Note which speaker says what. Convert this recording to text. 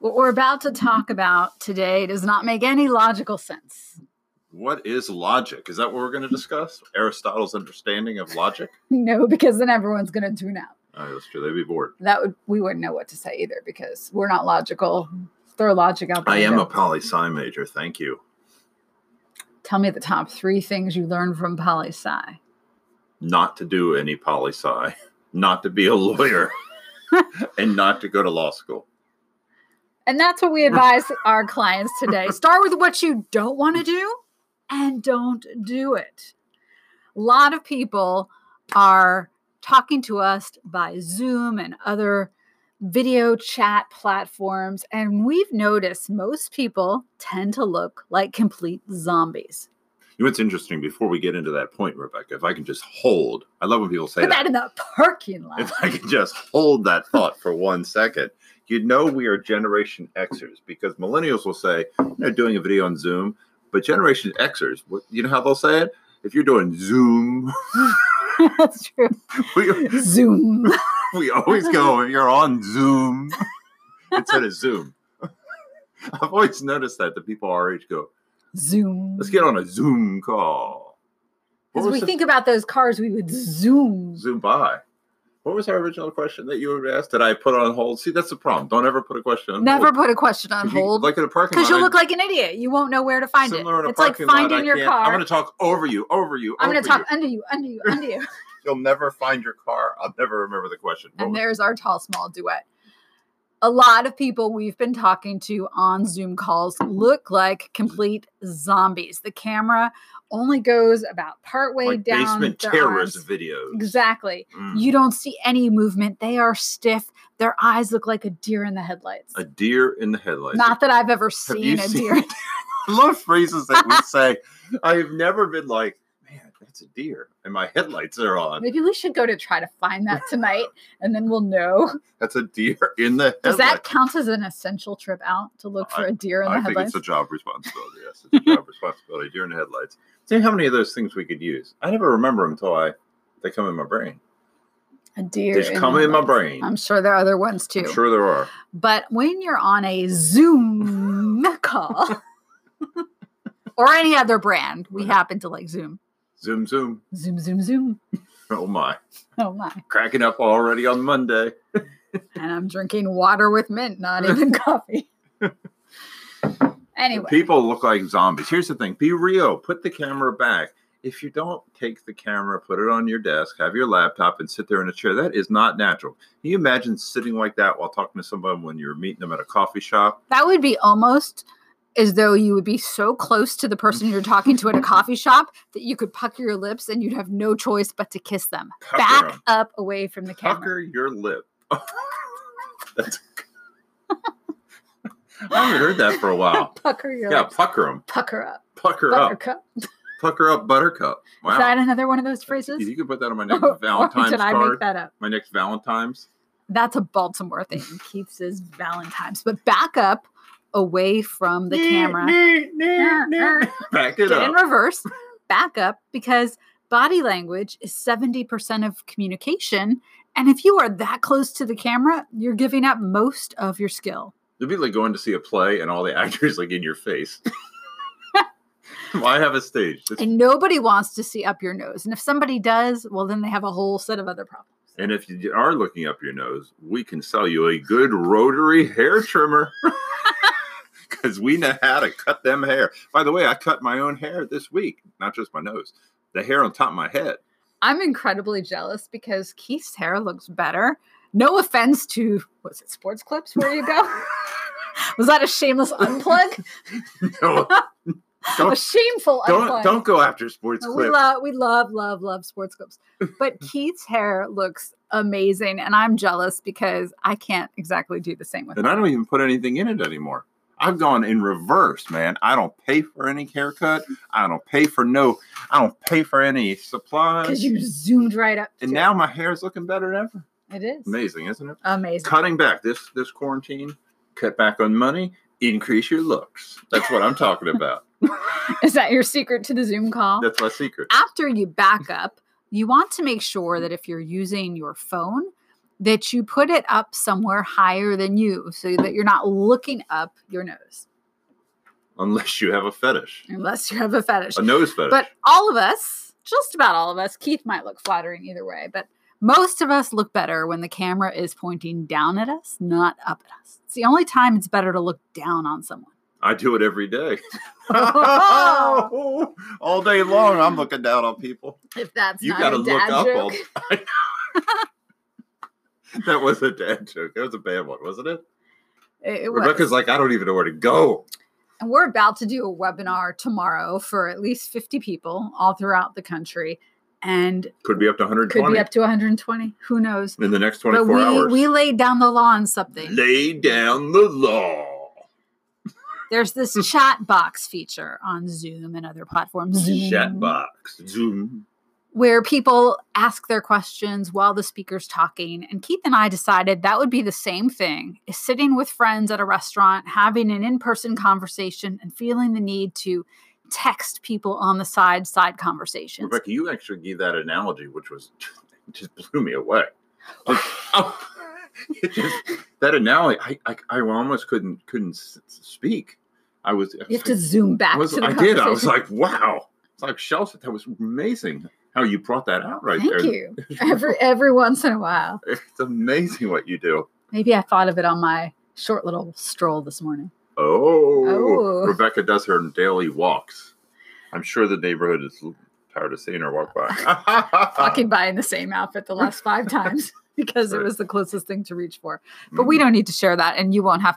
Speaker 1: What we're about to talk about today does not make any logical sense.
Speaker 2: What is logic? Is that what we're going to discuss? Aristotle's understanding of logic?
Speaker 1: No, because then everyone's going to tune out.
Speaker 2: Oh, that's true. They'd be bored.
Speaker 1: That would we wouldn't know what to say either because we're not logical. Throw logic out. the
Speaker 2: I am
Speaker 1: window.
Speaker 2: a poli sci major. Thank you.
Speaker 1: Tell me the top three things you learned from poli sci.
Speaker 2: Not to do any poli sci, not to be a lawyer, and not to go to law school.
Speaker 1: And that's what we advise our clients today. Start with what you don't want to do and don't do it. A lot of people are talking to us by Zoom and other video chat platforms. And we've noticed most people tend to look like complete zombies.
Speaker 2: You know, it's interesting before we get into that point, Rebecca, if I can just hold, I love when people say
Speaker 1: Put
Speaker 2: that.
Speaker 1: that in the parking lot.
Speaker 2: if I could just hold that thought for one second, you know we are Generation Xers because millennials will say they're doing a video on Zoom, but Generation Xers, what- you know how they'll say it? If you're doing Zoom,
Speaker 1: that's true.
Speaker 2: we,
Speaker 1: Zoom.
Speaker 2: we always go, if you're on Zoom, instead of Zoom. I've always noticed that the people our age go,
Speaker 1: Zoom.
Speaker 2: let's get on a Zoom call. What
Speaker 1: Because
Speaker 2: was
Speaker 1: we
Speaker 2: the
Speaker 1: think about those cars, we would zoom.
Speaker 2: Zoom by? What was our original question that you were asked that I put on hold? See, that's the problem. Don't ever put a question on hold.
Speaker 1: Never put a question on
Speaker 2: 'Cause you-
Speaker 1: hold.
Speaker 2: like in a parking lot.
Speaker 1: Because you'll
Speaker 2: I-
Speaker 1: look like an idiot. You won't know where to find it.
Speaker 2: similar in a
Speaker 1: It's like
Speaker 2: parking lot,
Speaker 1: finding
Speaker 2: I
Speaker 1: your
Speaker 2: can't- I'm
Speaker 1: car.
Speaker 2: going to talk over you, over you,
Speaker 1: I'm
Speaker 2: over
Speaker 1: going to talk
Speaker 2: you.
Speaker 1: under you, under you, under you.
Speaker 2: You'll never find your car. I'll never remember the question. What
Speaker 1: and
Speaker 2: was-
Speaker 1: there's our tall, small duet. A lot of people we've been talking to on Zoom calls look like complete zombies. The camera only goes about partway
Speaker 2: like
Speaker 1: down.
Speaker 2: basement
Speaker 1: their
Speaker 2: terrorist
Speaker 1: arms.
Speaker 2: videos.
Speaker 1: Exactly.
Speaker 2: Mm.
Speaker 1: You don't see any movement. They are stiff. Their eyes look like a deer in the headlights.
Speaker 2: A deer in the headlights.
Speaker 1: Not that I've ever
Speaker 2: Have
Speaker 1: seen
Speaker 2: you
Speaker 1: a
Speaker 2: seen-
Speaker 1: deer.
Speaker 2: I love phrases that we say. I have never been like, man, that's a deer, and my headlights are on.
Speaker 1: Maybe we should go to try to find that tonight and then we'll know.
Speaker 2: That's a deer in the headlights.
Speaker 1: Does that count as an essential trip out to look for a deer in the
Speaker 2: I think
Speaker 1: headlights?
Speaker 2: it's a job responsibility. Yes, it's a job responsibility. Deer in the headlights. See how many of those things we could use. I never remember them until I they come in my brain.
Speaker 1: A deer.
Speaker 2: They just
Speaker 1: the
Speaker 2: come in my
Speaker 1: headlights.
Speaker 2: brain.
Speaker 1: I'm sure there are other ones too.
Speaker 2: I'm sure there are.
Speaker 1: But when you're on a Zoom call or any other brand, we
Speaker 2: Right.
Speaker 1: happen to like Zoom.
Speaker 2: Zoom, zoom.
Speaker 1: Zoom, Zoom, Zoom.
Speaker 2: Oh my.
Speaker 1: Oh my.
Speaker 2: Cracking up already on Monday.
Speaker 1: And I'm drinking water with mint, not even coffee. anyway,
Speaker 2: People look like zombies. Here's the thing be real. Put the camera back. If you don't take the camera, put it on your desk, have your laptop, and sit there in a chair, that is not natural. Can you imagine sitting like that while talking to someone when you're meeting them at a coffee shop?
Speaker 1: that would be almost as though you would be so close to the person you're talking to at a coffee shop that you could pucker your lips and you'd have no choice but to kiss them.
Speaker 2: Pucker
Speaker 1: Back
Speaker 2: 'em.
Speaker 1: up away from the camera.
Speaker 2: Pucker your lip. That's. I haven't heard that for a while.
Speaker 1: Pucker your
Speaker 2: Yeah,
Speaker 1: lips.
Speaker 2: pucker them.
Speaker 1: Pucker up.
Speaker 2: Pucker up.
Speaker 1: Buttercup.
Speaker 2: Pucker up, buttercup. Wow.
Speaker 1: Is that another one of those phrases?
Speaker 2: you can put that on my
Speaker 1: Or-
Speaker 2: next
Speaker 1: or
Speaker 2: Valentine's
Speaker 1: did I make
Speaker 2: card.
Speaker 1: that up?
Speaker 2: My next Valentine's.
Speaker 1: That's a Baltimore thing. Keeps his Valentine's, but back up away from the camera.
Speaker 2: Back it
Speaker 1: Get in
Speaker 2: up.
Speaker 1: reverse. Back up because body language is 70% of communication. And if you are that close to the camera, you're giving up most of your skill.
Speaker 2: It'd be like going to see a play and all the actors like in your face. Why have a stage? It's-
Speaker 1: And nobody wants to see up your nose. And if somebody does, well, then they have a whole set of other problems.
Speaker 2: and if you are looking up your nose, we can sell you a good rotary hair trimmer. Because we know how to cut them hair. By the way, I cut my own hair this week, not just my nose, the hair on top of my head.
Speaker 1: I'm incredibly jealous because Keith's hair looks better. No offense to was it sports clips where you go? was that a shameless unplug?
Speaker 2: No,
Speaker 1: a
Speaker 2: Don't-
Speaker 1: shameful
Speaker 2: don't
Speaker 1: unplug.
Speaker 2: don't go after sports
Speaker 1: No, we
Speaker 2: clips.
Speaker 1: love we love love love sports clips. But Keith's hair looks amazing and I'm jealous because I can't exactly do the same with it.
Speaker 2: and I don't even put anything in it anymore. I've gone in reverse, man. I don't pay for any haircut. I don't pay for no. I don't pay for any supplies.
Speaker 1: Because you zoomed right up.
Speaker 2: and
Speaker 1: to
Speaker 2: now my hair is looking better than ever.
Speaker 1: it is
Speaker 2: Amazing, isn't it?
Speaker 1: amazing.
Speaker 2: Cutting back this this quarantine. Cut back on money. Increase your looks. That's what I'm talking about.
Speaker 1: Is that your secret to the Zoom call?
Speaker 2: That's my secret. Mm.
Speaker 1: after you back up, you want to make sure that if you're using your phone, that you put it up somewhere higher than you so that you're not looking up your nose,
Speaker 2: unless you have a fetish,
Speaker 1: unless you have a fetish.
Speaker 2: a nose fetish.
Speaker 1: But all of us, just about all of us, Keith might look flattering either way, but most of us look better when the camera is pointing down at us, not up at us. It's the only time it's better to look down on someone.
Speaker 2: I do it every day. all day long, I'm looking down on people.
Speaker 1: If that's
Speaker 2: You
Speaker 1: not
Speaker 2: got to
Speaker 1: a
Speaker 2: look
Speaker 1: dad
Speaker 2: up
Speaker 1: joke.
Speaker 2: all the time. that was a dad joke. That was a bad one, wasn't it?
Speaker 1: It- it was.
Speaker 2: Rebecca's like, I don't even know where to go.
Speaker 1: And we're about to do a webinar tomorrow for at least 50 people all throughout the country and
Speaker 2: Could be up to
Speaker 1: could
Speaker 2: 120
Speaker 1: be up to 120. Who knows?
Speaker 2: in the next
Speaker 1: But
Speaker 2: 24
Speaker 1: we,
Speaker 2: hours.
Speaker 1: we laid down the law on something.
Speaker 2: Lay down the law.
Speaker 1: There's this chat box feature on Zoom and other platforms. Zoom.
Speaker 2: Chat box. Zoom.
Speaker 1: where people ask their questions while the speaker's talking. And Keith and I decided that would be the same thing is sitting with friends at a restaurant, having an in person conversation, and feeling the need to text people on the side, side conversations.
Speaker 2: Rebecca, you actually gave that analogy, which was just blew me away. Like, oh, it just- that analogy, I, I, I almost couldn't couldn't s- s- speak. I was. I
Speaker 1: You
Speaker 2: was
Speaker 1: have to
Speaker 2: like-
Speaker 1: zoom back
Speaker 2: was-
Speaker 1: to the
Speaker 2: I did. I was
Speaker 1: conversation.
Speaker 2: like, wow. It's like Chelsea. That was amazing how you brought that out right
Speaker 1: Thank
Speaker 2: there.
Speaker 1: you. Every every once in a while.
Speaker 2: It's amazing what you do.
Speaker 1: Maybe I thought of it on my short little stroll this morning.
Speaker 2: Oh,
Speaker 1: Oh.
Speaker 2: Rebecca does her daily walks. I'm sure the neighborhood is tired of seeing her walk by.
Speaker 1: Walking by in the same outfit the last five times because it
Speaker 2: Right. Mm-hmm.
Speaker 1: was the closest thing to reach for. But we don't need to share that and you won't have